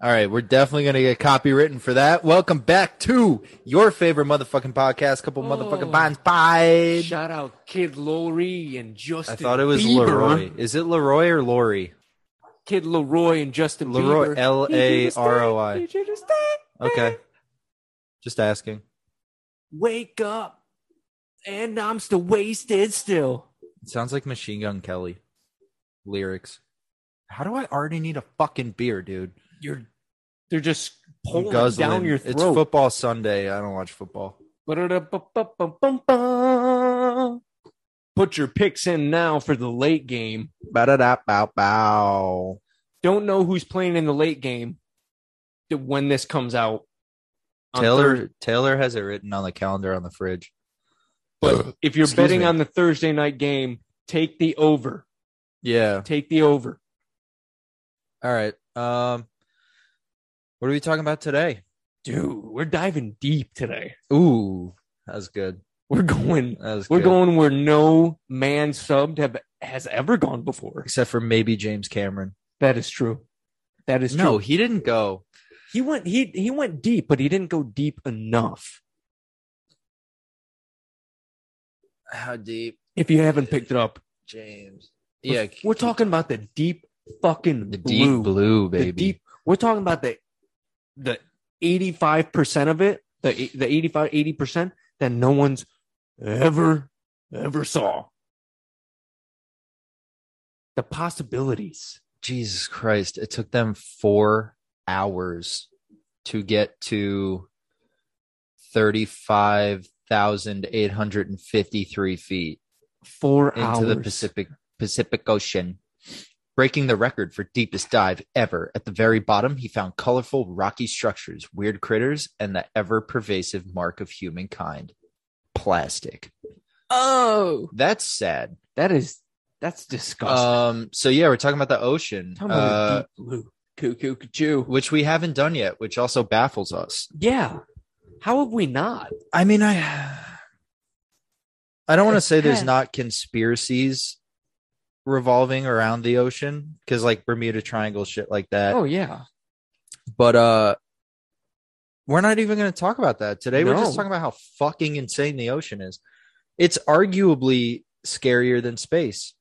All right, we're definitely gonna get copywritten for that. Welcome back to your favorite motherfucking podcast, couple motherfucking Oh. bonds pie. Shout out Kid Lori and Justin. I thought it was Bieber. Leroy. Is it Leroy or Lori? Kid Leroy and Justin Leroy, Bieber. L A R O I. Did you just think? Okay, just asking. Wake up, and I'm still wasted still. It sounds like Machine Gun Kelly lyrics. How do I already need a fucking beer, dude? You're, they're just I'm pulling guzzling. down your It's throat. football Sunday. I don't watch football. Ba-da-da-ba-ba-bum-bum. Put your picks in now for the late game. Ba-da-da-bow bow. Don't know who's playing in the late game th- when this comes out. on Taylor Thursday. Taylor has it written on the calendar on the fridge. But if you're Excuse betting me. on the Thursday night game, take the over. Yeah. Take the over. All right. Um what are we talking about today? Dude, we're diving deep today. Ooh, that was good. We're going That was we're good. going where no man subbed have has ever gone before. except for maybe James Cameron. That is true. That is No, true. he didn't go. He went he he went deep, but he didn't go deep enough. How deep, If you haven't picked it up, James? we're- Yeah, We're talking about the deep fucking the deep blue. blue, baby. The deep we're talking about the the 85% of it, the the 85 80% that no one's ever ever saw. The possibilities. Jesus Christ! It took them four hours to get to thirty-five thousand eight hundred and fifty-three feet. 4 into hours the Pacific Pacific Ocean, breaking the record for deepest dive ever. At the very bottom, he found colorful rocky structures, weird critters, and the ever pervasive mark of humankind, plastic. Oh, That's sad. that is that's disgusting. Um, so yeah, we're talking about the ocean, Talking about the uh, deep blue. Cuckoo, cuckoo. which we haven't done yet, which also baffles us. Yeah. How have we not? I mean, I I don't want to It's say there's kinda- not conspiracies revolving around the ocean because like Bermuda Triangle shit like that. Oh yeah. but uh we're not even going to talk about that today we're just No. talking about how fucking insane the ocean is it's arguably scarier than space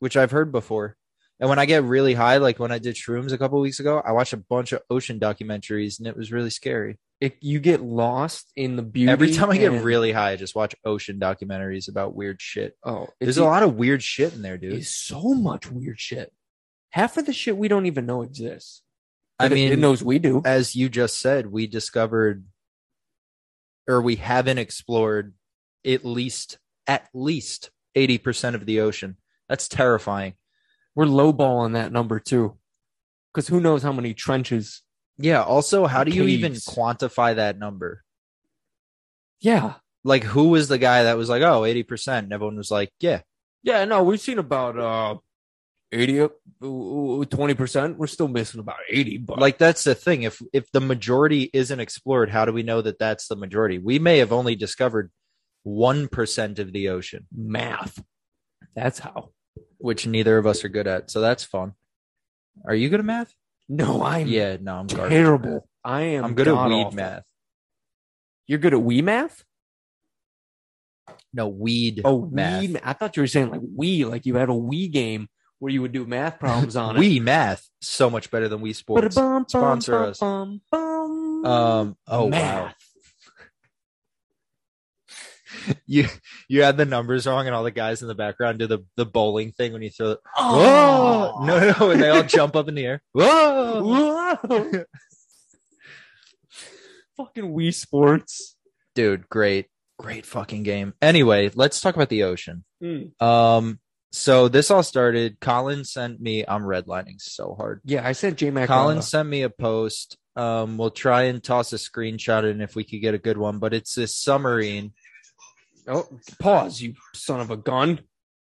which i've heard before and when i get really high like when i did shrooms a couple weeks ago i watched a bunch of ocean documentaries and it was really scary If you get lost in the beauty every time i get and- really high i just watch ocean documentaries about weird shit oh, there's it's a lot of weird shit in there dude is so much weird shit. Half of the shit we don't even know exists. i But it- mean it knows we do. as you just said, we discovered or we haven't explored at least at least 80% of the ocean. That's terrifying. We're lowballing that number too, because who knows how many trenches? Yeah, also how do you even Caves. quantify that number? Yeah, Like who was the guy that was like, "Oh, 80%." And everyone was like, "Yeah." yeah. No, we've seen about uh, eighty, uh, twenty percent. We're still missing about eighty. But Like that's the thing. If if the majority isn't explored, how do we know that that's the majority? We may have only discovered 1% of the ocean, math, that's how. which neither of us are good at. So that's fun. Are you good at math? No, I'm Yeah, no, I'm garbage. at math. terrible. I am. I'm good at weed god-awful. math. You're good at weed math. No, weed. Oh, math. weed. ma- I thought you were saying like we, like you had a wee game where you would do math problems on it. we math so much better than we sports. Ba-da-bum, bum, Sponsor bum, us. bum, bum. Um. Oh Math. wow. You you had the numbers wrong, and all the guys in the background do the the bowling thing when you throw. it. Oh, Whoa! No, no, and they all jump up in the air. Whoa! Whoa. Fucking Wii Sports. Dude, great, great fucking game. Anyway, let's talk about the ocean. Mm. Um. So this all started. Colin sent me. I'm redlining so hard. Yeah, I sent J Mac. Colin sent me a post. Um, we'll try and toss a screenshot in if we could get a good one, but it's this submarine. Oh, pause, you son of a gun.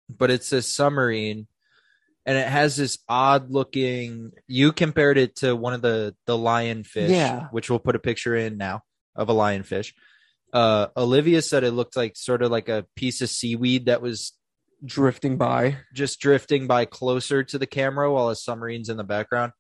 But it's this submarine, and it has this odd looking. You compared it to one of the the lionfish, Yeah. which we'll put a picture in now of a lionfish. Uh, Olivia said it looked like sort of like a piece of seaweed that was Drifting by. just drifting by closer to the camera while a submarine's in the background.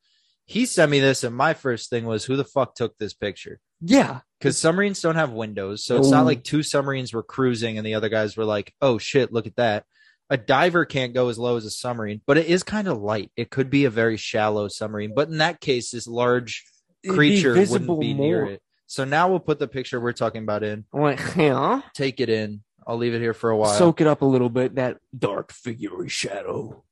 He sent me this, and my first thing was, who the fuck took this picture? Yeah. Because submarines don't have windows, so it's not No. like two submarines were cruising and the other guys were like, "Oh shit, look at that." A diver can't go as low as a submarine, but it is kind of light. It could be a very shallow submarine, but in that case, this large It'd be creature wouldn't visible be near it. So now we'll put the picture we're talking about in. I'm like, huh? Take it in. I'll leave it here for a while. Soak it up a little bit. That dark fiery shadow.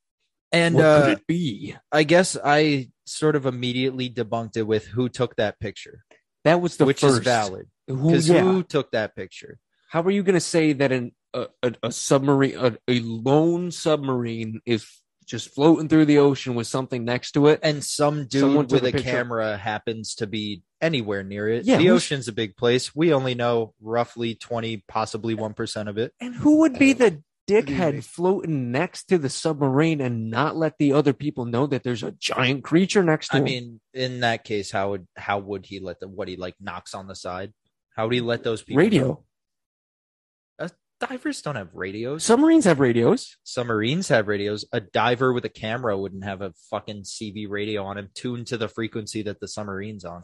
and what uh, could it be? I guess I sort of immediately debunked it with who took that picture, That was the which first. is valid Who, because yeah. who took that picture? How are you going to say that an, a, a, a submarine, a, a lone submarine, is just floating through the ocean with something next to it? And some dude Someone took with a a, picture. camera happens to be anywhere near it. Yeah, the who's- ocean's a big place. We only know roughly twenty, possibly one percent of it. And who would be the Excuse me. dickhead floating next to the submarine and not let the other people know that there's a giant creature next to I him? mean, in that case, how would how would he let the what he like knocks on the side? How would he let those people? radio. divers don't have radios. Submarines have radios. submarines have radios. A diver with a camera wouldn't have a fucking CV radio on him tuned to the frequency that the submarine's on.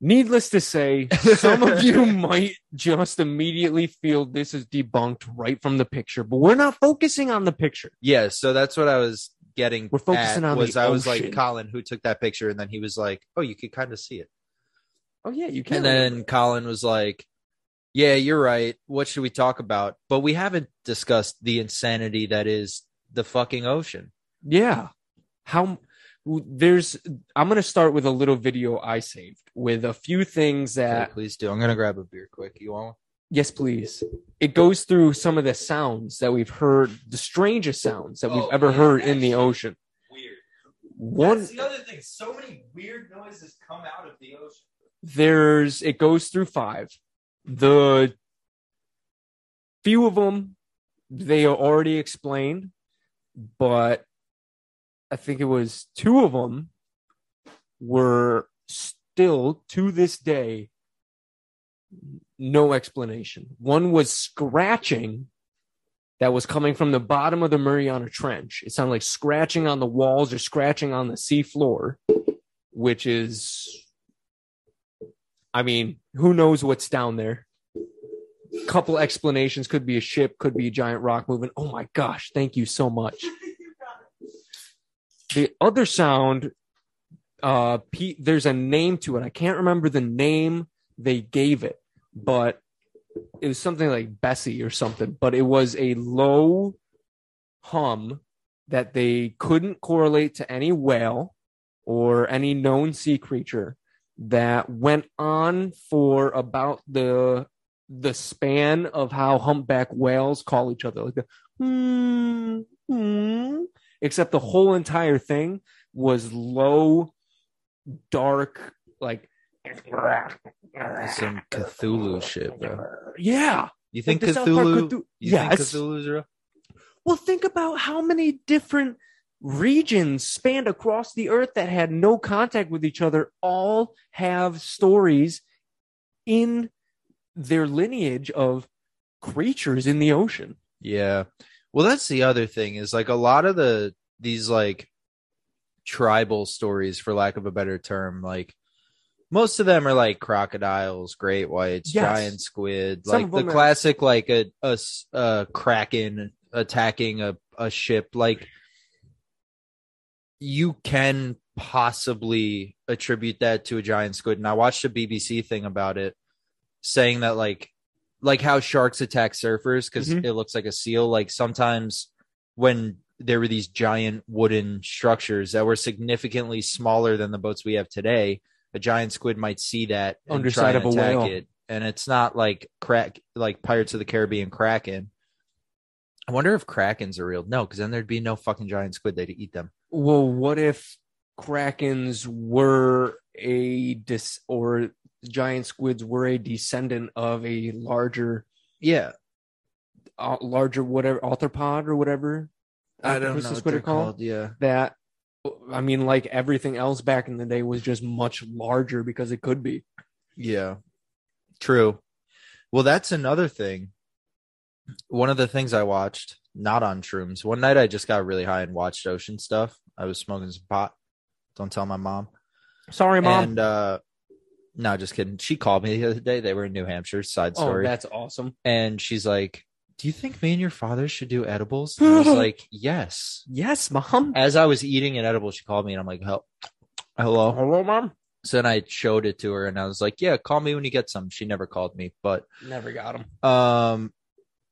Needless to say, some of you might just immediately feel this is debunked right from the picture, but we're not focusing on the picture. Yeah, so that's what I was getting. We're focusing at, on the was I was like ocean. Colin, who took that picture, and then he was like, "Oh, you could kind of see it." Oh yeah, you can. And uh, then Colin was like, "Yeah, you're right. What should we talk about?" But we haven't discussed the insanity that is the fucking ocean. yeah, how there's. I'm gonna start with a little video I saved with a few things Okay, that please do. I'm gonna grab a beer quick. You want? One? Yes, please. It goes through some of the sounds that we've heard, the strangest sounds that we've Oh, ever yeah, heard in actually. the ocean. Weird. One, other thing. So many weird noises come out of the ocean. there's, it goes through five. The few of them they are already explained, but I think it was two of them were still to this day no explanation. One was scratching that was coming from the bottom of the Mariana Trench. It sounded like scratching on the walls or scratching on the seafloor, which is, I mean, who knows what's down there? Couple explanations could be a ship, could be a giant rock moving. Oh my gosh, thank you so much. The other sound, uh, Pete, there's a name to it. I can't remember the name they gave it, but it was something like Bessie or something, but it was a low hum that they couldn't correlate to any whale or any known sea creature that went on for about the the span of how humpback whales call each other like the hmm, hmm. except the whole entire thing was low dark like Some Cthulhu shit, bro. yeah You think the South Park Cthulhu? Cthu- you yes. think Cthulhu's real? Well, think about how many different regions spanned across the earth that had no contact with each other all have stories in their lineage of creatures in the ocean. Yeah. Well, that's the other thing is like a lot of the these like tribal stories, for lack of a better term, like most of them are like crocodiles, great whites, Yes. giant squid, Some like of the them are- classic like a a s- a kraken attacking a a ship. Like you can possibly attribute that to a giant squid. And I watched a BBC thing about it saying that like like how sharks attack surfers because Mhm. it looks like a seal. Like sometimes when there were these giant wooden structures that were significantly smaller than the boats we have today, a giant squid might see that and Underside try and of a attack whale. it. And it's not like crack like Pirates of the Caribbean Kraken. I wonder if Krakens are real. No, because then there'd be no fucking giant squid. They'd eat them. Well, what if krakens were a dis or giant squids were a descendant of a larger Yeah. uh, larger whatever arthropod or whatever octopus is what they're called? Yeah. that I mean, like everything else back in the day was just much larger because it could be. Yeah. True. Well, that's another thing. One of the things I watched, not on shrooms. One night I just got really high and watched ocean stuff. I was smoking some pot Don't tell my mom. Sorry, mom. And uh, no, just kidding. She called me the other day. They were in New Hampshire. Side oh, story. that's awesome. and she's like, "Do you think me and your father should do edibles?" And I was like, "Yes." Yes, mom. As I was eating an edible, she called me, and I'm like, "Hel- "Hello." Hello, mom. So then I showed it to her, and I was like, "Yeah, call me when you get some." She never called me, but Never got him. um,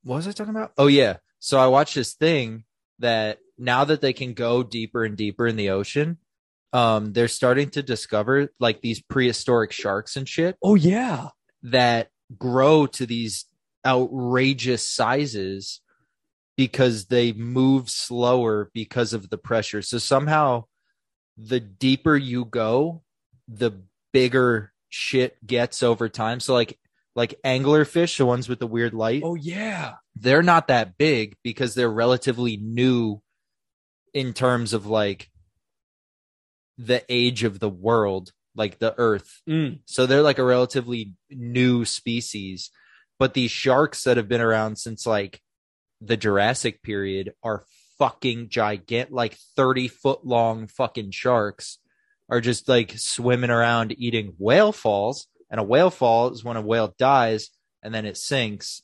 what was I talking about? Oh yeah. So I watched this thing that now that they can go deeper and deeper in the ocean, um, they're starting to discover like these prehistoric sharks and shit Oh yeah. that grow to these outrageous sizes because they move slower because of the pressure. So somehow the deeper you go, the bigger shit gets over time. So like like anglerfish, the ones with the weird light, Oh yeah. they're not that big because they're relatively new in terms of like the age of the world, like the earth. Mm. So they're like a relatively new species. But these sharks that have been around since like the Jurassic period are fucking gigantic, like 30 foot long fucking sharks are just like swimming around eating whale falls. And a whale fall is when a whale dies and then it sinks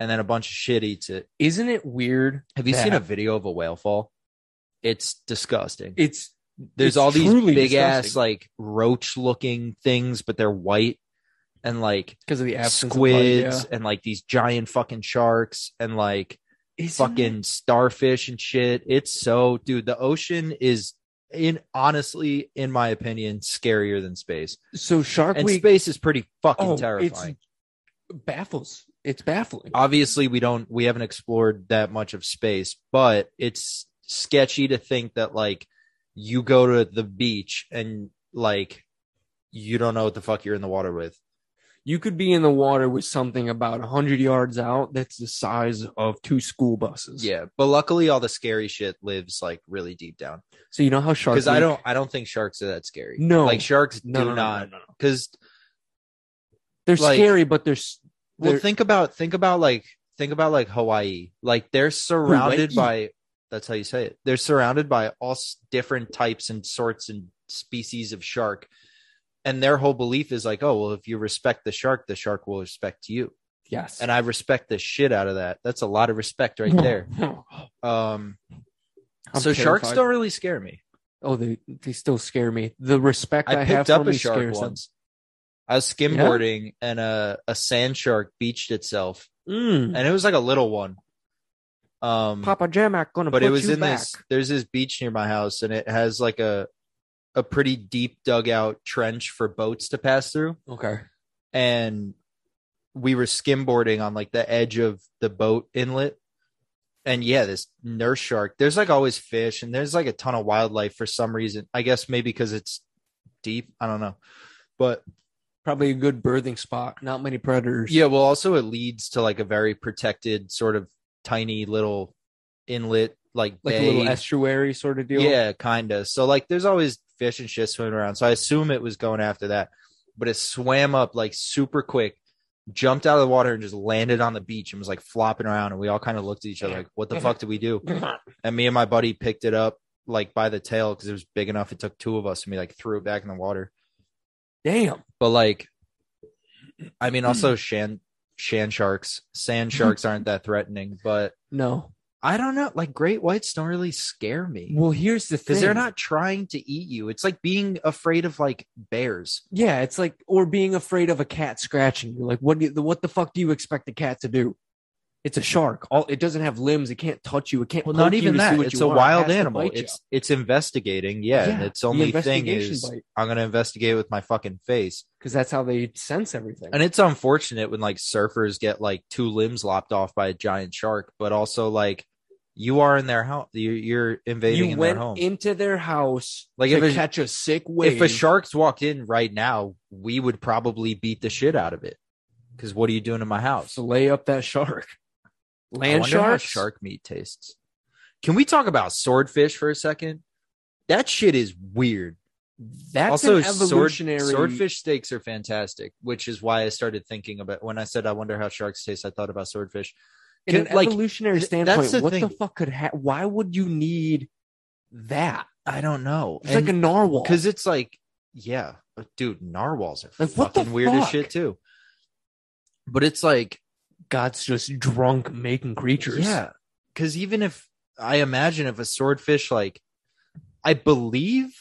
and then a bunch of shit eats it. Isn't it weird? Have you seen that a video of a whale fall? It's disgusting It's there's It's all these truly big ass disgusting. like roach looking things, but they're white and like because of the absence of squids light, and like these giant fucking sharks and like yeah. Isn't fucking starfish and shit. It's so dude, the ocean is in honestly, in my opinion, scarier than space. it- so Shark And Week space is pretty fucking oh, terrifying. It's baffles. It's baffling. Obviously, we don't we haven't explored that much of space, but it's sketchy to think that like you go to the beach and like you don't know what the fuck you're in the water with. you could be in the water with something about 100 yards out that's the size of two school buses. Yeah, but luckily all the scary shit lives like really deep down. So you know how sharks Because I don't, I don't think sharks are that scary. No. like sharks no, do no, no, not. no, no, no. Because They're Like- scary but they're s- well, They're- think about, think about like, think about like Hawaii. Like they're surrounded by. That's how you say it. They're surrounded by all s- different types and sorts and species of shark, and their whole belief is like, oh well, if you respect the shark, the shark will respect you. yes. And I respect the shit out of that. That's a lot of respect right there. Um, I'm so sharks terrified. don't really scare me. Oh, they they still scare me. The respect I, I have picked for up me a shark scares them. once. I was skimboarding and a, a sand shark beached itself, Mm, and it was like a little one. Um, Papa Jamak gonna but put it was you in back. this. There's this beach near my house, and it has like a a pretty deep dugout trench for boats to pass through. Okay. And we were skimboarding on like the edge of the boat inlet, and yeah, this nurse shark. There's like always fish, and there's like a ton of wildlife for some reason. I guess maybe because it's deep. I don't know, but Probably a good birthing spot. Not many predators. Yeah, well, also it leads to like a very protected sort of tiny little inlet, like Like bay. a little estuary sort of deal. yeah, kind of. So like, there's always fish and shit swimming around. So I assume it was going after that, but it swam up like super quick, jumped out of the water and just landed on the beach and was like flopping around. And we all kind of looked at each other like, "What the fuck did we do?" And me and my buddy picked it up like by the tail because it was big enough. It took two of us, and we like threw it back in the water. Damn. But like, I mean, also shan shan sharks, sand sharks aren't that threatening. But No. I don't know, like great whites don't really scare me Well, here's the thing. because they're not trying to eat you. It's like being afraid of like bears. Yeah, it's like or being afraid of a cat scratching you. Like what? Do you, what the fuck do you expect a cat to do? It's a shark. All it doesn't have limbs. It can't touch you. It can't. Well, poke not you even to see that. what It's you a want. It wild has to animal. bite you. It's it's investigating. Yeah, and Yeah, its the only thing investigation is bite. I'm gonna investigate with my fucking face. because that's how they sense everything. And it's unfortunate when like surfers get like two limbs lopped off by a giant shark, but also like you are in their house. You're, you're invading you in went their home. into their house Like, to if a- catch a sick wave. If a shark's walked in right now, we would probably beat the shit out of it. Because what are you doing in my house? to lay up that shark, I land wonder how sharks? shark meat tastes. Can we talk about swordfish for a second? That shit is weird. That's also, an evolutionary sword, swordfish steaks are fantastic, which is why I started thinking about when I said I wonder how sharks taste. I thought about swordfish. In an Like, evolutionary th- that's standpoint, the what the thing. fuck could ha- Why would you need that? I don't know. It's like a narwhal. because it's like, yeah, but dude, narwhals are Like, what the fucking weird as fuck? shit too. But it's like, God's just drunk making creatures. yeah, because even if I imagine if a swordfish, like, I believe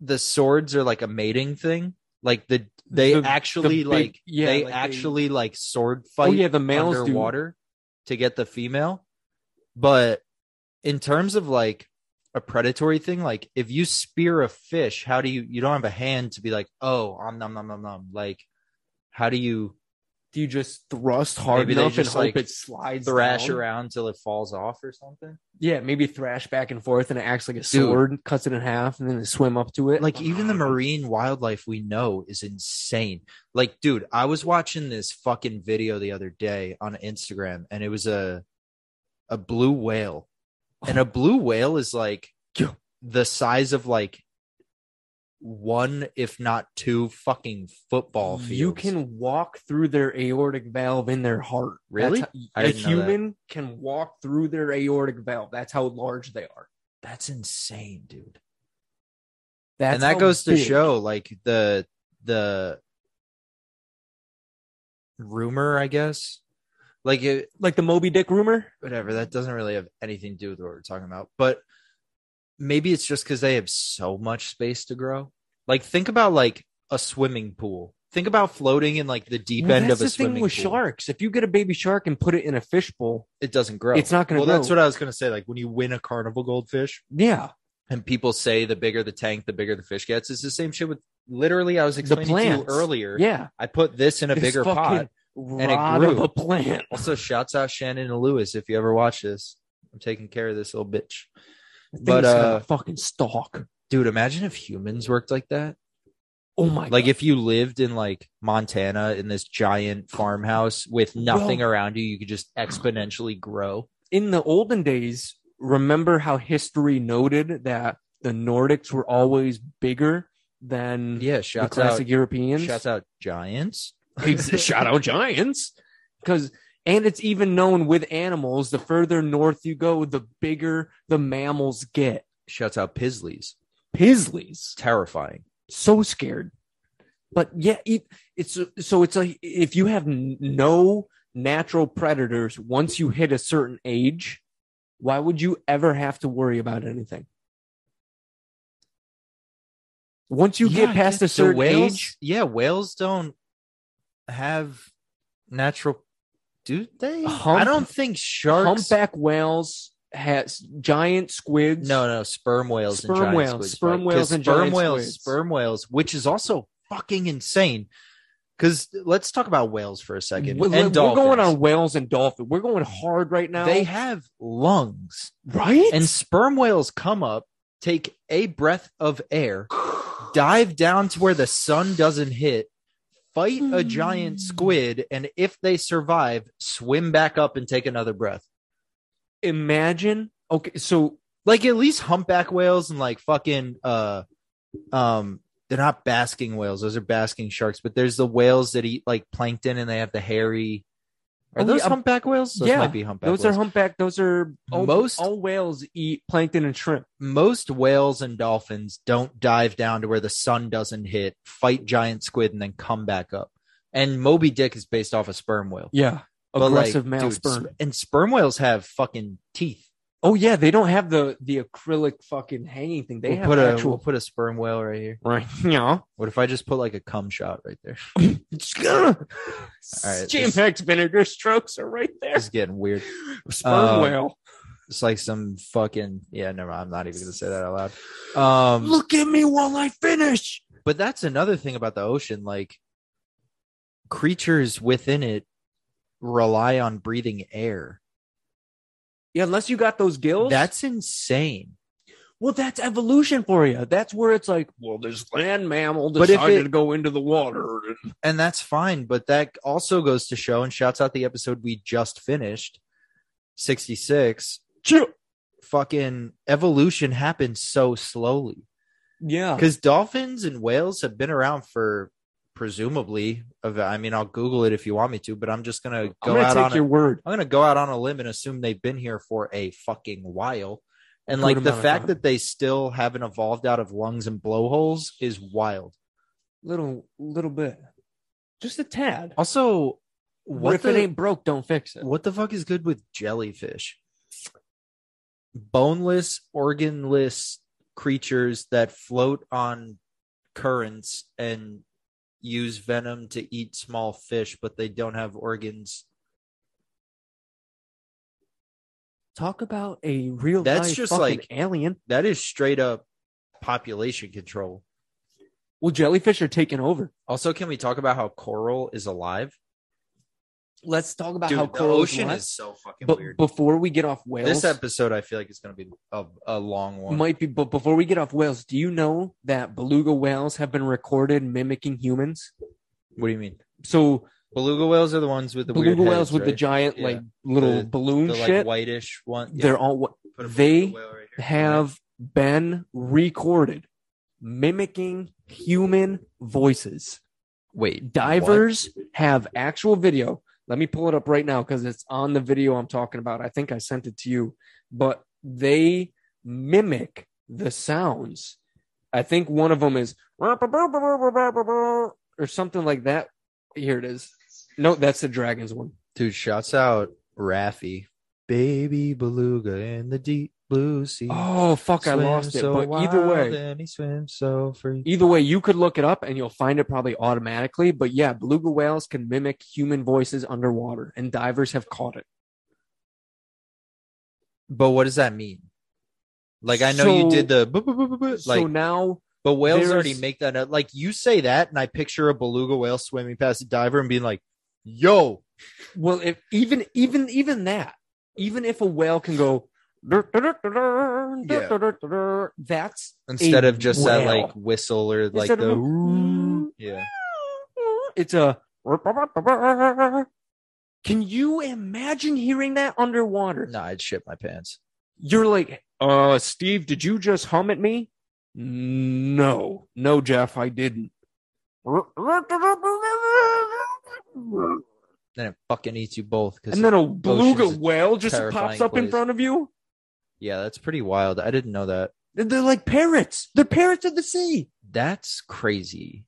the swords are like a mating thing, like the they The- the actually big- like yeah, they like they- actually like sword Oh fight yeah, the males do. underwater to get the female. But in terms of like a predatory thing, like if you spear a fish, how do you you don't have a hand to be like, oh, om nom nom nom nom. Like, how do you Do you just thrust hard Maybe they enough and just, hope like, it slides thrash down? around till it falls off or something? Yeah, maybe thrash back and forth, and it acts like a sword, cuts it in half, and then they swim up to it. Like even the marine wildlife we know is insane. Like, dude, I was watching this fucking video the other day on Instagram, and it was a a blue whale, and a blue whale is like Yeah. the size of like one, if not two, fucking football fields. you can walk through their aortic valve in their heart. Really? That's how- I a didn't know that. human can walk through their aortic valve. That's how large they are. That's insane, dude. That's and that how goes to big. show like the the rumor, I guess. Like it, like the Moby Dick rumor. whatever that doesn't really have anything to do with what we're talking about but maybe it's just because they have so much space to grow like think about like a swimming pool think about floating in like the deep Well, end of that's a the swimming thing with pool sharks. If you get a baby shark and put it in a fishbowl, it doesn't grow it's not going well to grow. that's what i was going to say like when you win a carnival goldfish yeah, and people say the bigger the tank the bigger the fish gets it's the same shit with literally i was The explaining to you plants. earlier yeah. i put this in a This bigger pot fucking it rod grew. of a plant. also shouts out shannon and lewis if you ever watch this i'm taking care of this little bitch But But, uh, uh, fucking stalk. dude imagine if humans worked like that Oh my! like God. if you lived in like montana in this giant farmhouse with nothing Well- around you you could just exponentially grow in the olden days, remember how history noted that the Nordics were always bigger than yeah the shouts out classic Europeans. shouts out giants Ex- shout out giants because and it's even known with animals the further north you go the bigger the mammals get shouts out pisleys pisleys terrifying so scared but yeah it, it's so it's like if you have n- no natural predators once you hit a certain age why would you ever have to worry about anything once you Yeah, get I past guess a the certain whales, age yeah whales don't have natural do they Hump- i don't think sharks humpback whales has giant squids no no sperm whales Sperm and giant whales, squids, sperm right? 'Cause whales and sperm giant whales squids. sperm whales which is also fucking insane because let's talk about whales for a second We- and we're dolphins. going on whales and dolphins. We're going hard right now. They have lungs, right? and sperm whales come up, take a breath of air, dive down to where the sun doesn't hit, fight a giant squid, and if they survive, swim back up and take another breath. imagine. Okay, so Like at least humpback whales and like fucking uh um they're not basking whales, those are basking sharks, but there's the whales that eat like plankton and they have the hairy are Oh, those yeah. humpback whales? Those Yeah. might be humpback those whales. are humpback. Those are all, Most- all whales eat plankton and shrimp. most whales and dolphins don't dive down to where the sun doesn't hit, fight giant squid, and then come back up. And Moby Dick is based off a sperm whale. Yeah, But, like, aggressive male dude, sperm. sp- and sperm whales have fucking teeth. Oh yeah, they don't have the the acrylic fucking hanging thing. They we'll have put a we'll actual. put a sperm whale right here. right. Yeah. What if I just put like a cum shot right there? right, Jam packed vinegar strokes are right there. It's getting weird. Sperm um, whale. It's like some fucking yeah. Never. mind. I'm not even gonna say that out loud. Um, Look at me while I finish. but that's another thing about the ocean like creatures within it rely on breathing air Yeah, unless you got those gills. that's insane Well, that's evolution for you. That's where it's like, well, this land mammal But if decided it- to go into the water. and- and that's fine but that also goes to show and shouts out the episode we just finished 66 Choo- fucking evolution happens so slowly Yeah. because dolphins and whales have been around for presumably of- i mean i'll google it if you want me to but i'm just gonna go I'm going out to on take your word. I'm gonna go out on a limb and assume they've been here for a fucking while. And good like the amount of fact time. that they still haven't evolved out of lungs and blowholes is wild. little little bit, just a tad. Also, Oh, What what if it the, ain't broke, don't fix it. what the fuck is good with jellyfish? Boneless, organless creatures that float on currents and use venom to eat small fish, but they don't have organs. Talk about a real That's life just fucking like- alien. That is straight up population control. Well, jellyfish are taking over. Also, can we talk about how coral is alive? Let's talk about Dude, how the coral ocean alive. is so fucking But weird. before we get off whales, This episode, I feel like it's going to be a, a long one. might be. But before we get off whales, do you know that beluga whales have been recorded mimicking humans? what do you mean? So Beluga whales are the ones with the beluga weird whales heads, with the right? giant Yeah. like little The- balloon the like shit, whitish one. they're all what Put a beluga they whale right here. have been recorded mimicking human voices. wait Divers have actual video. Let me pull it up right now because it's on the video I'm talking about. I think I sent it to you, but they mimic the sounds. I think one of them is or something like that. Here it is. No, that's the dragon's one. Dude, shouts out Raffy. Baby beluga in the deep blue sea. Oh fuck, I Swims lost it. so But either wild way, E-, and he swims so free. either way you could look it up and you'll find it probably automatically but yeah beluga whales can mimic human voices underwater and divers have caught it But what does that mean? Like I know you So- did the bu- bu- bu- bu- bu- like, so now but whales there's- already make that up. Like you say that, and I picture a beluga whale swimming past a diver and being like, "Yo, well if even even even that even if a whale can go that's instead of just that whale. like whistle or like Instead of the a- "Ooh." yeah it's a can you imagine hearing that underwater no i'd shit my pants you're like, uh, Steve, did you just hum at me? No, no, Jeff, I didn't. And then it fucking eats you both because then a beluga ocean's a whale just terrifying pops up in place. front of you. yeah that's pretty wild i didn't know that They're- They're like parrots. They're parrots of the sea. that's crazy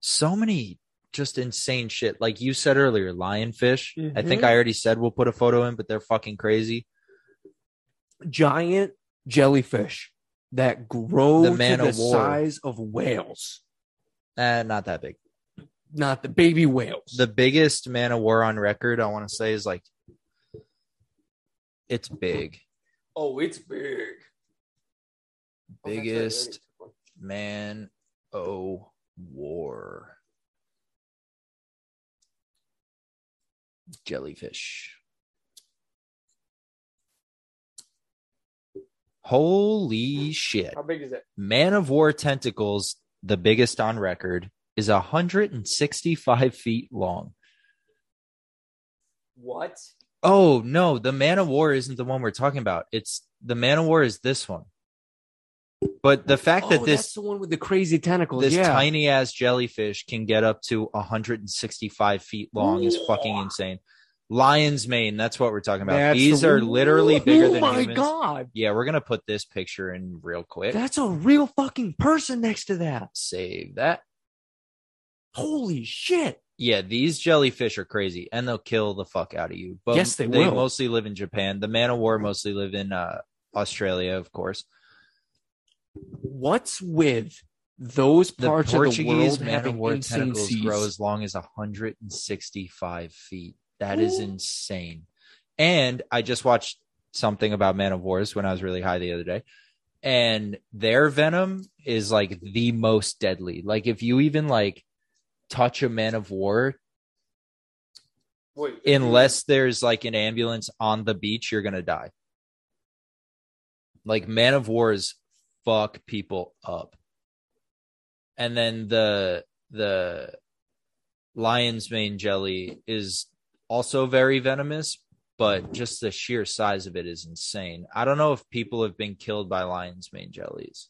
so many just insane shit like you said earlier lionfish i think Mhm. i already said we'll put a photo in but they're fucking crazy Giant jellyfish that grow The man to the of war. size of whales, eh, not that big not the baby whales. the biggest man of war on record i want to say is like it's big oh, it's big. biggest man o war jellyfish holy shit How big is it? man of war tentacles the biggest on record is 165 feet long What? oh no the man of war isn't the one we're talking about it's the man of war is this one but the fact that oh, this that's the one with the crazy tentacles. this yeah. tiny ass jellyfish can get up to 165 feet long is fucking Whoa. insane. Lion's mane, that's what we're talking about. That's These the- are literally bigger oh than my humans. god, Yeah, we're gonna put this picture in real quick. that's a real fucking person next to that. Save that. Holy shit! Yeah, these jellyfish are crazy and they'll kill the fuck out of you. But Yes, they they will. mostly live in Japan. The man of war mostly live in uh, Australia, of course. What's with those The parts Portuguese of the world man of having war insane tentacles seas? grow as long as 165 feet. That is Ooh. insane. And I just watched something about man of wars when I was really high the other day. And their venom is like the most deadly. Like if you even like touch a man of war, unless there's like an ambulance on the beach, you're gonna die. Like man of wars fuck people up. And then the the lion's mane jelly is also very venomous, Mm-hmm. but just the sheer size of it is insane. I don't know if people have been killed by lion's mane jellies.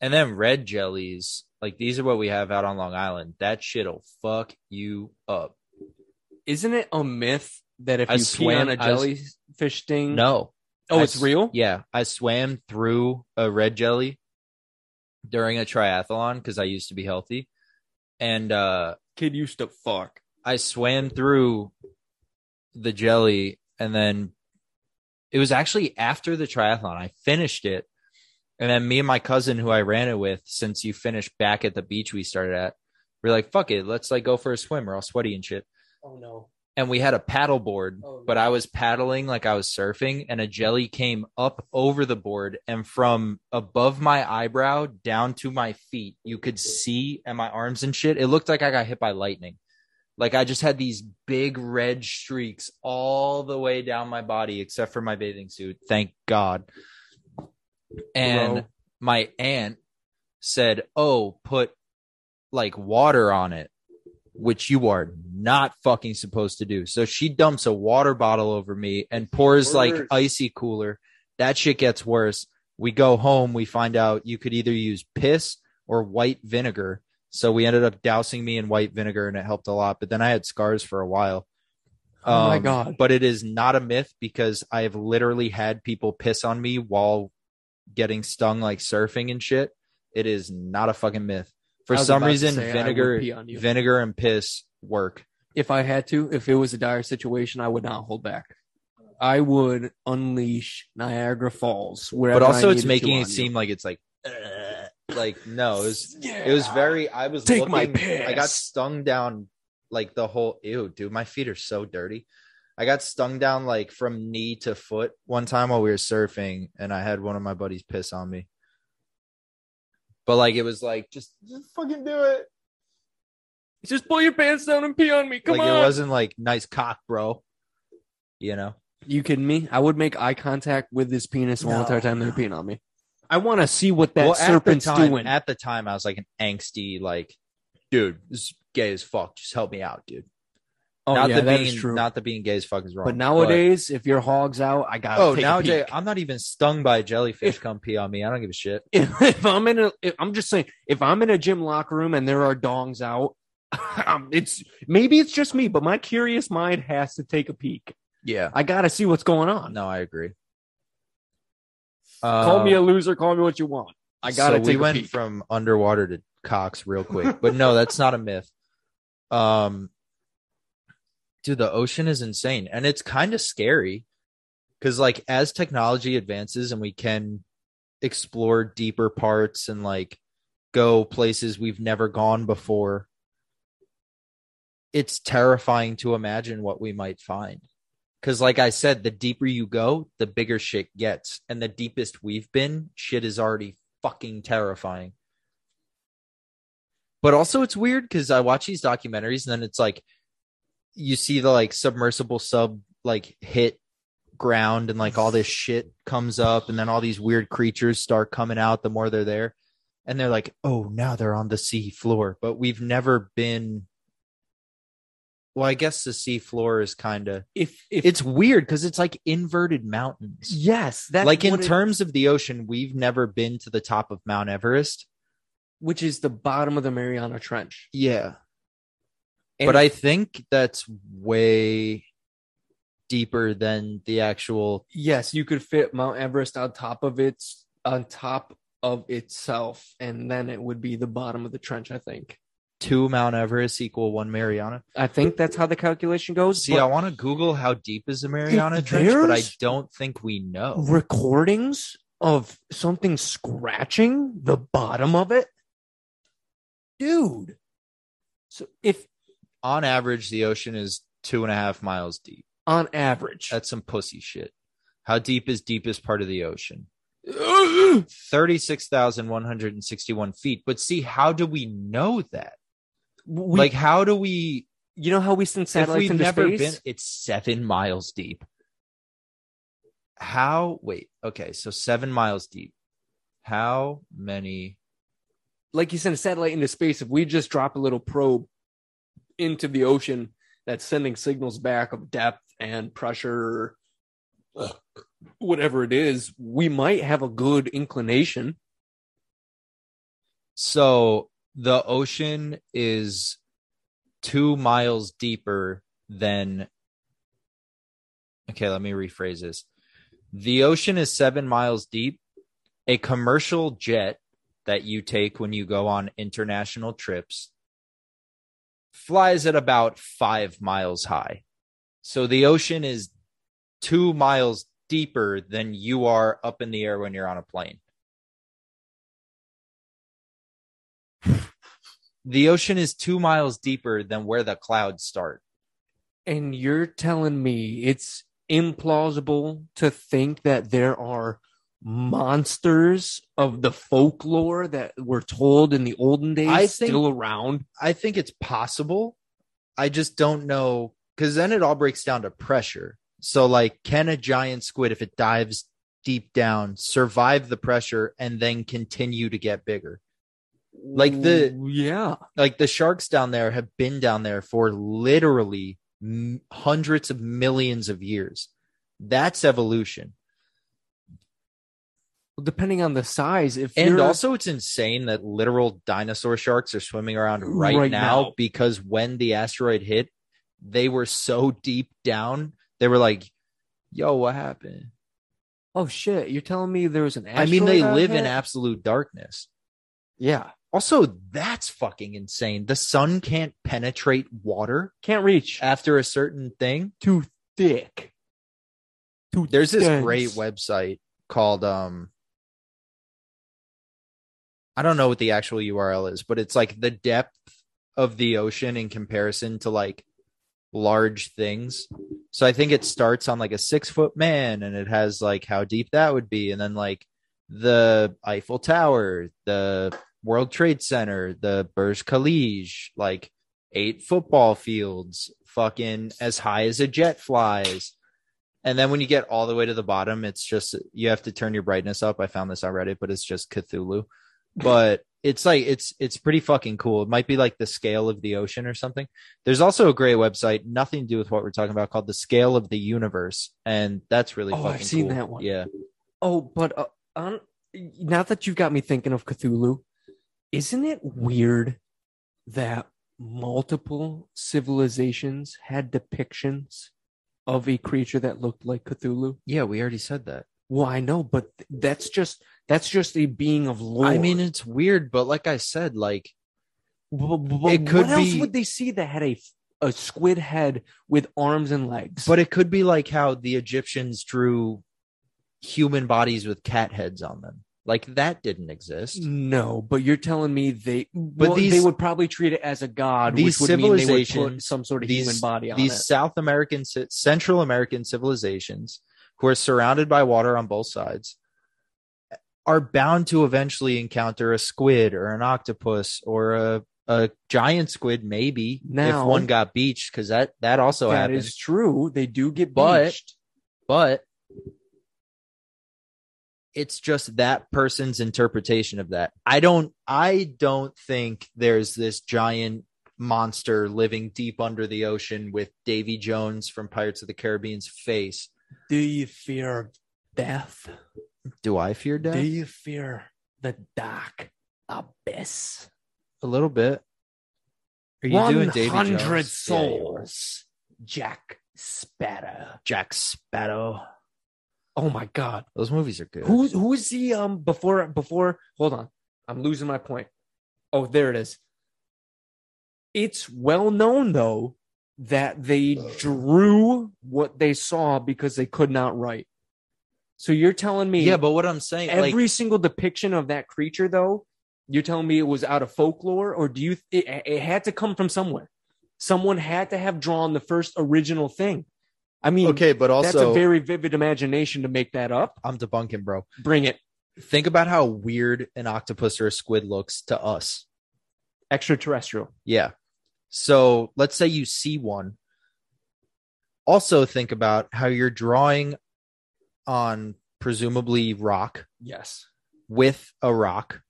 And then red jellies, like these are what we have out on Long Island. That shit'll fuck you up. Isn't it a myth that if I you pee swam- on a I was- jellyfish sting? No. Oh, I it's s- real? Yeah, I swam through a red jelly during a triathlon because I used to be healthy, and uh, Kid used to fuck. I swam through the jelly, and then it was actually after the triathlon. I finished it, and then me and my cousin, who I ran it with, since you finished back at the beach we started at, we we're like, "Fuck it, let's like go for a swim. We're all sweaty and shit." Oh no. and we had a paddle board, Oh, no. but I was paddling like I was surfing, and a jelly came up over the board and from above my eyebrow down to my feet, you could see and my arms and shit. It looked like I got hit by lightning. Like I just had these big red streaks all the way down my body, except for my bathing suit. Thank God. And Bro. my aunt said, Oh, put like water on it, which you are not fucking supposed to do. So she dumps a water bottle over me and pours like Worse. icy cooler. That shit gets worse. We go home, we find out you could either use piss or white vinegar. So we ended up dousing me in white vinegar and it helped a lot. But then I had scars for a while. Oh my Um, god. But it is not a myth because I have literally had people piss on me while getting stung, like surfing and shit. It is not a fucking myth. For I was some about to reason, say I would vinegar, pee on you. vinegar and piss work. if I had to, if it was a dire situation, I would not hold back. I would unleash Niagara Falls. Wherever But also, I it's needed to making on it seem like it's like, uh, like no, it was, it was Yeah. very. I was Take looking, my I got piss. stung down like the whole. Ew, dude, my feet are so dirty. I got stung down like from knee to foot one time while we were surfing, and I had one of my buddies piss on me. But like, it was like just, just fucking do it. Just pull your pants down and pee on me. Come like on. it wasn't like nice cock, bro. You know. you kidding me? I would make eye contact with his penis the No, whole entire time no. they're peeing on me. I want to see what that Well, serpent's at the time, doing. At the time, I was like an angsty, like, dude, this is gay as fuck. Just help me out, dude. oh not yeah, that that being, is true. Not that being gay as fuck is wrong. but nowadays, if your hog's out, I got. But- oh, nowadays, I'm not even stung by a jellyfish. Come pee on me. I don't give a shit. if, if I'm in a, if, I'm just saying, if I'm in a gym locker room and there are dongs out, um, it's maybe it's just me, but my curious mind has to take a peek. Yeah. I gotta see what's going on. No, I agree. call Uh, me a loser, call me what you want. I so gotta take we a went peek. from underwater to cocks real quick, but no, that's not a myth. Um, dude, the ocean is insane, and it's kind of scary because, like, as technology advances and we can explore deeper parts and like go places we've never gone before, it's terrifying to imagine what we might find. Because, like I said, the deeper you go, the bigger shit gets. And the deepest we've been, shit is already fucking terrifying. But also, it's weird because I watch these documentaries and then it's like you see the like submersible sub like hit ground and like all this shit comes up and then all these weird creatures start coming out the more they're there. And they're like, oh, now they're on the sea floor. But we've never been. Well, I guess the sea floor is kind of if if it's weird because it's like inverted mountains. yes, that's like in what it- terms of the ocean, we've never been to the top of Mount Everest. which is the bottom of the Mariana Trench. Yeah. And but I think that's way deeper than the actual. yes, you could fit Mount Everest on top of its on top of itself, and then it would be the bottom of the trench. I think. Two Mount Everest equal one Mariana. I think that's how the calculation goes. See, but I want to Google how deep is the Mariana If Trench, but I there's- don't think we know. recordings of something scratching the bottom of it, dude. So if On average, the ocean is two and a half miles deep. on average, That's some pussy shit. How deep is deepest part of the ocean? Ugh. 36,161 feet. But see, how do we know that? we, like, like how do we, you know how we send if satellites we've into never space. been, it's seven miles deep. How, wait, okay, so seven miles deep. How many? like you send a satellite into space, if we just drop a little probe into the ocean that's sending signals back of depth and pressure, ugh, whatever it is, we might have a good inclination. So the ocean is two miles deeper than, okay, let me rephrase this. The ocean is seven miles deep. A commercial jet that you take when you go on international trips flies at about five miles high. So the ocean is two miles deeper than you are up in the air when you're on a plane. The ocean is two miles deeper than where the clouds start. And you're telling me it's implausible to think that there are monsters of the folklore that were told in the olden days I think- still around? I think it's possible. I just don't know because then it all breaks down to pressure. So, like, can a giant squid, if it dives deep down, survive the pressure and then continue to get bigger? Like the- yeah. Like, the sharks down there have been down there for literally m- hundreds of millions of years. That's evolution. Depending on the size, if And you're- also, it's insane that literal dinosaur sharks are swimming around right, Right now, now. because when the asteroid hit, they were so deep down, they were like, yo, what happened? oh shit, you're telling me there was an. I mean, they asteroid out live in there? absolute darkness. yeah, Also, that's fucking insane. The sun can't penetrate water can't reach. after a certain thing. Too thick. Too There's this dense. great website called, um, I don't know what the actual URL is, but it's like the depth of the ocean in comparison to like large things. So I think it starts on like a six foot man and it has like how deep that would be. And then like the Eiffel Tower, the World Trade Center, the Burj Khalifa, like eight football fields, fucking as high as a jet flies. And then when you get all the way to the bottom, it's just you have to turn your brightness up. I found this on Reddit, but it's just Cthulhu. But it's like it's it's pretty fucking cool. It might be like the scale of the ocean or something. There's also a great website, nothing to do with what we're talking about, called the Scale of the Universe, and that's really Oh, I've fucking seen cool. that one. Yeah, Oh, but uh, on, now that you've got me thinking of Cthulhu, isn't it weird that multiple civilizations had depictions of a creature that looked like Cthulhu? yeah, we already said that. Well, I know, but th- that's just that's just a being of lore. I mean, it's weird, but like I said, like W- w- w- it could what else be- would they see that had a f- a squid head with arms and legs? But it could be like how the Egyptians drew human bodies with cat heads on them. Like that didn't exist. No, but you're telling me they But but these- they would probably treat it as a god, these which would mean they would put civilizations- some sort of these- human body on These it. South American, ci- Central American civilizations who are surrounded by water on both sides are bound to eventually encounter a squid or an octopus or a, a giant squid, maybe Now- if one got beached, because that, that also That happens. is true. They do get But- beached. but it's just that person's interpretation of that. I don't I don't think there's this giant monster living deep under the ocean with Davy Jones from Pirates of the Caribbean's face. Do you fear death? Do I fear death? Do you fear the dark abyss? a little bit. Are you doing Davy Jones? Yeah, you hundred are. souls, Jack Sparrow. Jack Sparrow. Oh my God. Those movies are good. Who who is he? Um, before before. Hold on, I'm losing my point. Oh, there it is. It's well known though that they drew what they saw because they could not write. So you're telling me, yeah, but what I'm saying, like every single depiction of that creature though, you're telling me it was out of folklore, or do you? Th- it, it had to come from somewhere. Someone had to have drawn the first original thing. I mean, okay, but that's a also very vivid imagination to make that up. I'm debunking, bro. Bring it. Think about how weird an octopus or a squid looks to us. extraterrestrial. Yeah. So let's say you see one. Also think about how you're drawing on presumably rock Yes. with a rock.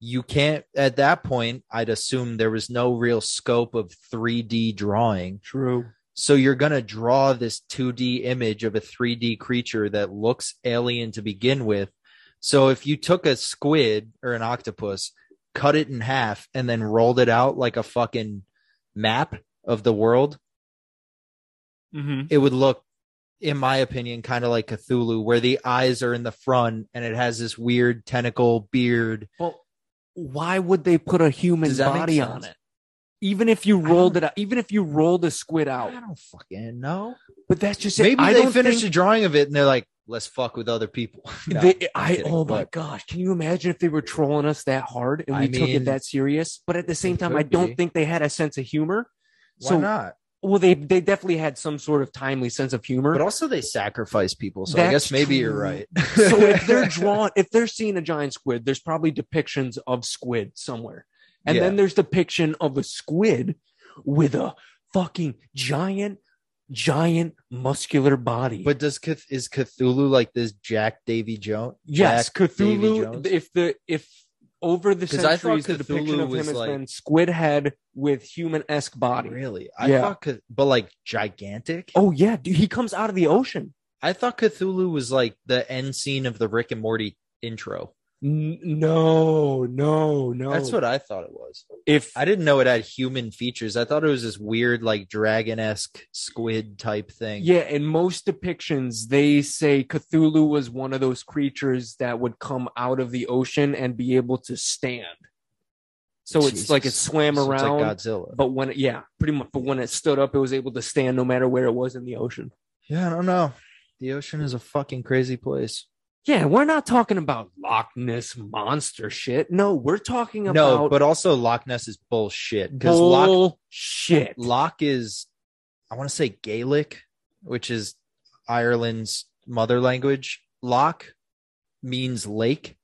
You can't at that point, I'd assume there was no real scope of 3D drawing. True. So you're going to draw this 2D image of a 3D creature that looks alien to begin with. So if you took a squid or an octopus, cut it in half, and then rolled it out like a fucking map of the world, Mm-hmm. it would look in my opinion, kind of like Cthulhu, where the eyes are in the front and it has this weird tentacle beard. Well, why would they put a human Does that make body on sense? it? Even if you I rolled it don't- out, even if you rolled a squid out, I don't fucking know. but that's just it. Maybe I they don't finished think a drawing of it and they're like, let's fuck with other people. No. they, I kidding, oh my but- gosh! Can you imagine if they were trolling us that hard and I we took mean, it that serious? But at the same it time, I could don't be. think they had a sense of humor. Why so not? well, they they definitely had some sort of timely sense of humor. But also, they sacrifice people. So I That's guess maybe you're true. right. so if they're drawn, if they're seeing a giant squid, there's probably depictions of squid somewhere, and then there's depiction of a squid with a fucking giant, giant muscular body. But does Cth- is Cthulhu like this Jack Davy Jones? yes, Jack Davy Cthulhu. Jones? If the if over the 'Cause I thought centuries, the depiction Cthulhu of him was has like- been squid head with human esque body. Really? I Yeah. thought, Cth- but like gigantic. Oh yeah, dude, he comes out of the ocean. I thought Cthulhu was like the end scene of the Rick and Morty intro. N- no, no, no. That's what I thought it was. if I didn't know it had human features. I thought it was this weird, like dragon esque squid type thing. Yeah, in most depictions, they say Cthulhu was one of those creatures that would come out of the ocean and be able to stand. So it's Jesus. like it swam So around, it's like Godzilla. but when it, yeah, pretty much. But when it stood up, it was able to stand no matter where it was in the ocean. yeah, I don't know. The ocean is a fucking crazy place. Yeah, we're not talking about Loch Ness monster shit. No, we're talking about No, but also Loch Ness is bullshit because Loch bullshit. Loch is, I want to say Gaelic, which is Ireland's mother language. Loch means lake.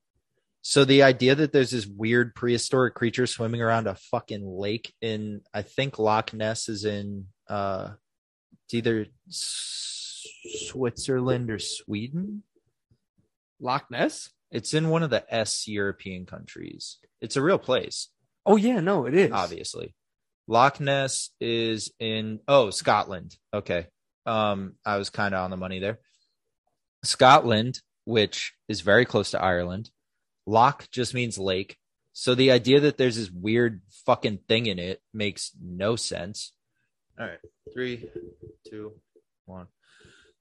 So the idea that there's this weird prehistoric creature swimming around a fucking lake in, I think Loch Ness is in, uh, it's either S- Switzerland or Sweden. Loch Ness? It's in one of the S European countries. It's a real place, Oh yeah, no, it is obviously. Loch Ness is in oh Scotland. Okay, um, I was kind of on the money there. Scotland, which is very close to Ireland, Loch just means lake. So the idea that there's this weird fucking thing in it makes no sense. All right, three, two, one.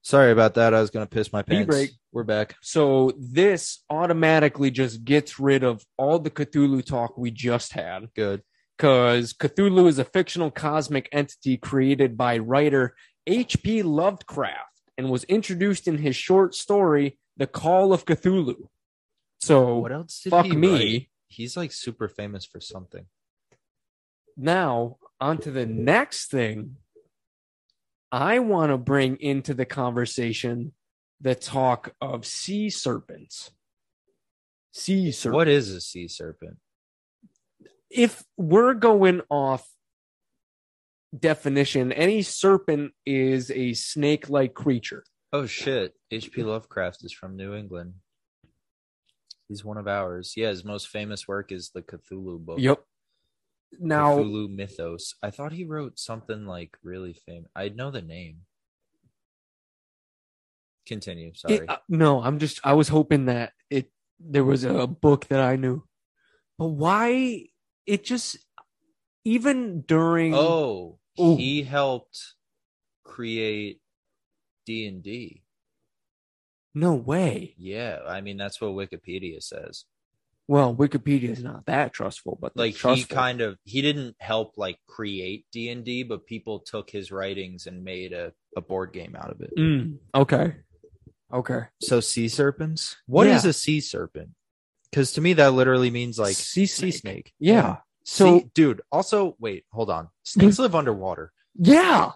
Sorry about that. I was gonna piss my pants. break. We're back. So this automatically just gets rid of all the Cthulhu talk we just had Good. because Cthulhu is a fictional cosmic entity created by writer H.P. Lovecraft and was introduced in his short story The Call of Cthulhu. So What else did fuck he me. write? He's like super famous for something. Now on to the next thing. I want to bring into the conversation the talk of sea serpents. Sea serpents. What is a sea serpent? if we're going off definition, any serpent is a snake like creature. Oh shit! H.P. Lovecraft is from New England. He's one of ours. Yeah, his most famous work is the Cthulhu book. Now, Cthulhu Mythos. I thought he wrote something like really famous. I know the name. Continue. Sorry. it- uh, no, I'm just, I was hoping that it, there was a book that I knew. But why? It just, even during, oh, Ooh. he helped create D and D. no way. Yeah, I mean that's what Wikipedia says. Well, Wikipedia is not that trustful, but they're like he trustful. kind of he didn't help like create d&d but people took his writings and made a, a board game out of it Mm, okay. Okay. so sea serpents What is a sea serpent because to me that literally means like Sea sea snake. snake Yeah. so So, dude also wait hold on snakes live underwater yeah.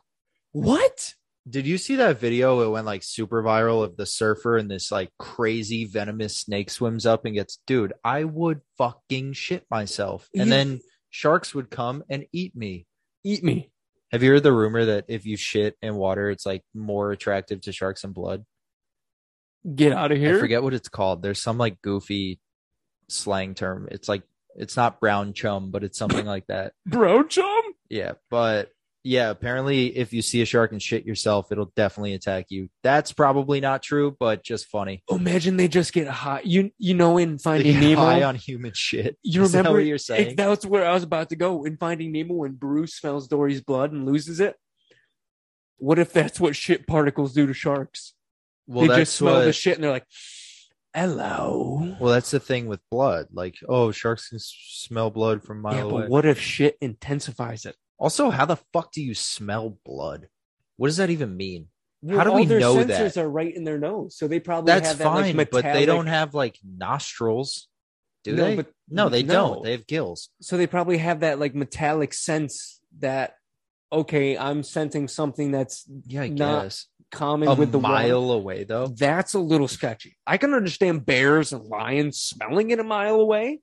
What? did you see that video it went like super viral of the surfer and this like crazy venomous snake swims up and gets dude i would fucking shit myself and Yeah. then sharks would come and eat me Eat me. Have you heard the rumor that if you shit in water, it's like more attractive to sharks than blood? Get out of here. I forget what it's called. There's some like goofy slang term. It's like it's not brown chum, but it's something like that. Bro chum? Yeah, but yeah, apparently if you see a shark and shit yourself, it'll definitely attack you. That's probably not true, but just funny. Imagine they just get high. You you know in They Finding get Nemo. high on human shit. you Is that remember what you're saying? It, that was where I was about to go in Finding Nemo when Bruce smells Dory's blood and loses it. What if that's what shit particles do to sharks? Well, they that's just smell what, the shit and they're like, "Hello." Well, that's the thing with blood. Like, oh, sharks can s- smell blood from a mile Yeah, away. but what if shit intensifies it? Also, how the fuck do you smell blood? What does that even mean? Well, How do all we their know sensors that? are right in their nose, so they probably That's have that, like, fine, but they metallic- don't have like nostrils, do no, they? But, no, they no. don't. They have gills. so they probably have that like metallic sense that okay, I'm sensing something that's Yeah, I Not guess common a with the wild. mile away though. That's a little sketchy. I can understand bears and lions smelling it a mile away.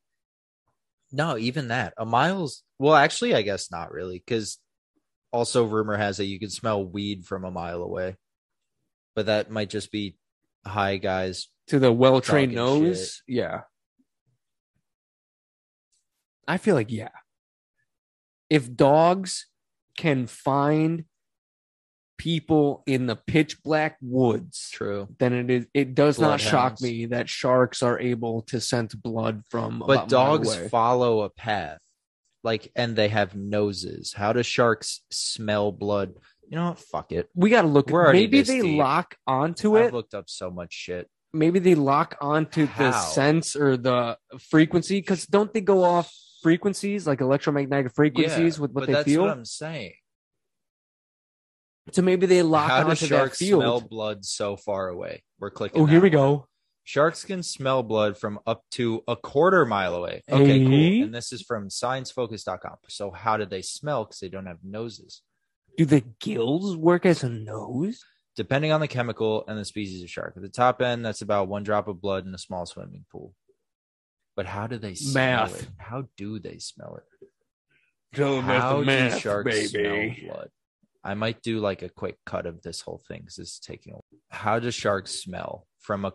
No, even that a mile's. Well, actually, I guess not really, because also rumor has it you can smell weed from a mile away, but that might just be high guys. to the well trained Talking nose. Yeah. I feel like, yeah. If dogs can find people in the pitch black woods, True, then it is it does not shock Bloodhounds. me that sharks are able to scent blood from but about a mile dogs away. follow a path, like, and they have noses. How do sharks smell blood? You know what? Fuck it. we gotta look We're already maybe this they deep. lock onto I've it. looked up so much shit. maybe they lock onto the How? sense or the frequency because don't they go off frequencies like electromagnetic frequencies with what but they that's feel? what I'm saying. So maybe they lock How do onto that sharks field. smell blood so far away? We're clicking. oh, here that we one. go. Sharks can smell blood from up to a quarter mile away. Okay, Hey. cool. And this is from sciencefocus.com. So how do they smell? Because they don't have noses. Do the gills work as a nose? Depending on the chemical and the species of shark. At the top end, that's about one drop of blood in a small swimming pool. But how do they smell Math. it? How do they smell it? Don't how do sharks smell blood? I might do like a quick cut of this whole thing because it's taking a How do sharks smell? From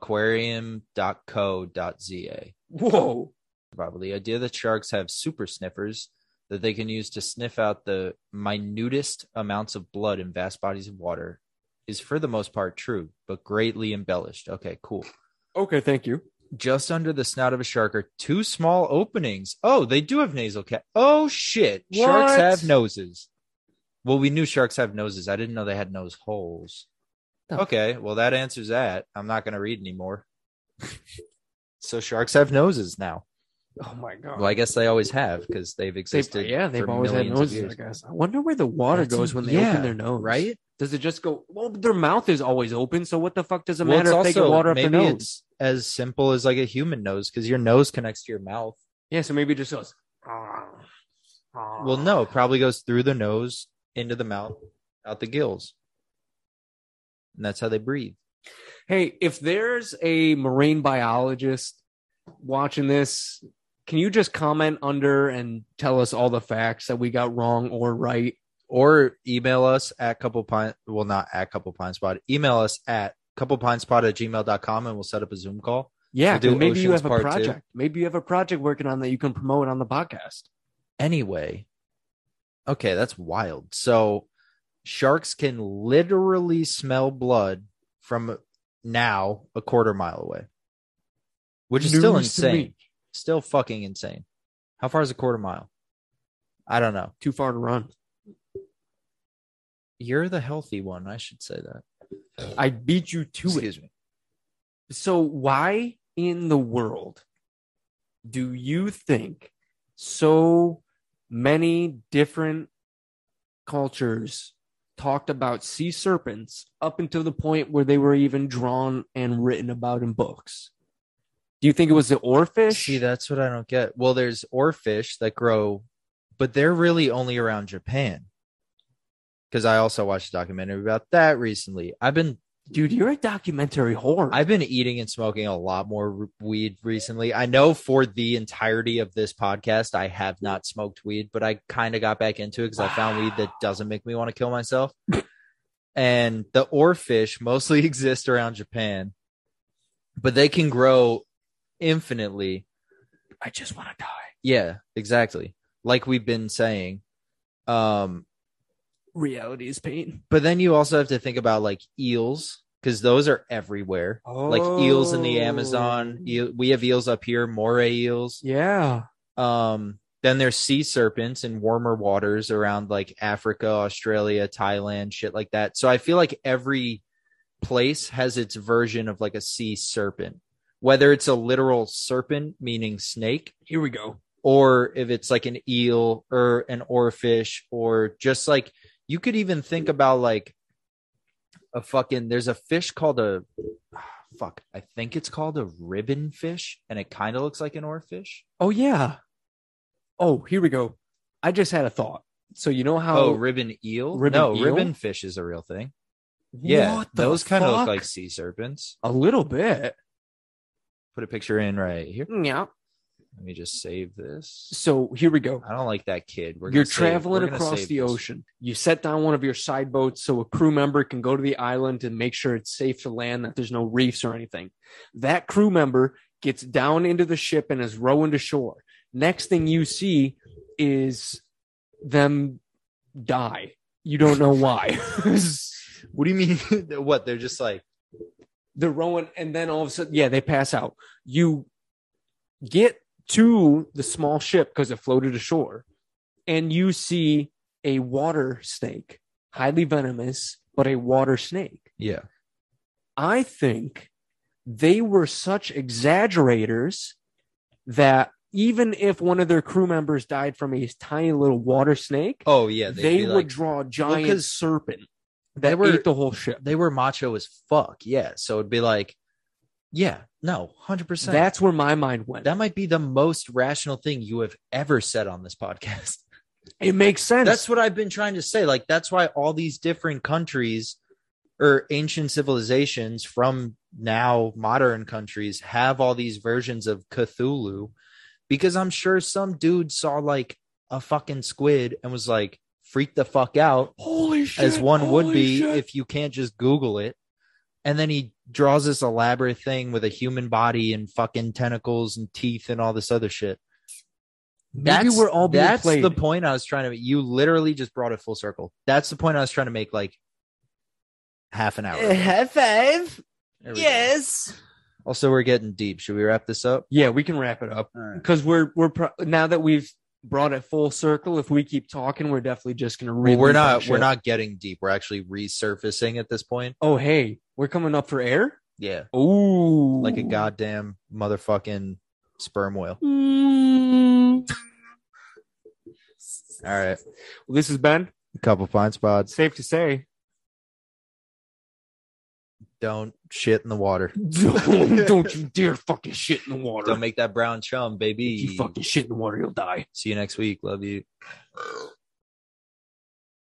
aquarium.co.za. Whoa. Probably the idea that sharks have super sniffers that they can use to sniff out the minutest amounts of blood in vast bodies of water is for the most part true, but greatly embellished. Okay, cool. Okay, thank you. Just under the snout of a shark are two small openings. Oh, they do have nasal cap. Oh shit. Sharks What? have noses. Well, we knew sharks have noses. I didn't know they had nose holes. The- Okay, well that answers that. I'm not going to read anymore. so sharks have noses now. Oh my god. Well, I guess they always have because they've They've- existed. yeah, they've for always had millions of noses. I years. guess. I wonder where the water That's- goes when they yeah, open their nose. right? Does it just go? Well, their mouth is always open, so what the fuck does it Well, matter it's if they get also- water up their maybe nose? it's as simple as like a human nose because your nose connects to your mouth. Yeah, so maybe it just goes. "Ah, ah." Well, no, it probably goes through the nose into the mouth, out the gills, and that's how they breathe. Hey, if there's a marine biologist watching this, can you just comment under and tell us all the facts that we got wrong or right? Or email us at couple pine. Well, not at couple pine spot. Email us at couple pine spot at gmail.com and we'll set up a Zoom call. Yeah, We'll do 'cause maybe you Oceans have a Part Two. project. Maybe you have a project working on that you can promote on the podcast. anyway okay that's wild so sharks can literally smell blood from now a quarter mile away which is still News to me. insane still fucking insane how far is a quarter mile i don't know Too far to run. you're the healthy one i should say that I beat you to it. excuse me So, why in the world do you think so many different cultures talked about sea serpents up until the point where they were even drawn and written about in books? Do you think it was the oarfish? see that's what i don't get well there's oarfish that grow but they're really only around japan because i also watched a documentary about that recently i've been Dude, you're a documentary whore. I've been eating and smoking a lot more r- weed recently. I know for the entirety of this podcast, I have not smoked weed, but I kind of got back into it because I found weed that doesn't make me want to kill myself. and the oarfish mostly exist around Japan, but they can grow infinitely. I just want to die. Yeah, exactly. Like we've been saying. Um, Reality is pain. but then you also have to think about like eels because those are everywhere. like eels in the Amazon. Oh. Eel, we have eels up here, moray eels. Yeah. Um, Then there's sea serpents in warmer waters around like Africa, Australia, Thailand, shit like that. So I feel like every place has its version of like a sea serpent, whether it's a literal serpent, meaning snake, Here we go. or if it's like an eel or an oarfish or just like you could even think about like a fucking there's a fish called a fuck i think it's called a ribbon fish and it kind of looks like an oarfish Oh yeah. Oh, here we go. I just had a thought. So you know how oh ribbon eel ribbon no eel? ribbon fish is a real thing yeah What the those kind of look fuck? like sea serpents a little bit. put a picture in right here Yeah. let me just save this So here we go. i don't like that kid Uh, we're You're gonna save- traveling we're gonna across save the this. ocean. You set down one of your side boats so a crew member can go to the island and make sure it's safe to land, that there's no reefs or anything. That crew member gets down into the ship and is rowing to shore. Next thing you see is them die. You don't know why. what do you mean what they're just like they're rowing and then all of a sudden yeah they pass out you get to the small ship because it floated ashore and you see a water snake highly venomous but a water snake yeah i think they were such exaggerators that even if one of their crew members died from a tiny little water snake Oh yeah, they'd they be would like- draw a giant 'cause serpent they that were ate the whole ship they were macho as fuck. Yeah, so it'd be like, yeah, no, hundred percent. that's where my mind went That might be the most rational thing you have ever said on this podcast. it makes sense That's what I've been trying to say. Like that's why all these different countries or ancient civilizations from now modern countries have all these versions of Cthulhu because I'm sure some dude saw like a fucking squid and was like freaked the fuck out Holy shit. as one would holy be shit. if you can't just Google it. And then he draws this elaborate thing with a human body and fucking tentacles and teeth and all this other shit. Maybe we're all being that's played. the point I was trying to make. You literally just brought it full circle. That's the point I was trying to make like half an hour. ago. High five. There we go. Yes. Also, we're getting deep. Should we wrap this up? Yeah, we can wrap it up because we're we're pro- now that we've brought it full circle. If we keep talking, we're definitely just gonna. Well, we're relive that not we're shit. not getting deep. We're actually resurfacing at this point. Oh hey, we're coming up for air. Yeah. Oh, Like a goddamn motherfucking sperm whale. Mm. All right. Well, this has been couple fine spots. safe to say. Don't shit in the water. Don't, don't you dare fucking shit in the water. Don't make that brown chum, if you baby. fucking shit in the water, you'll die. See you next week. Love you.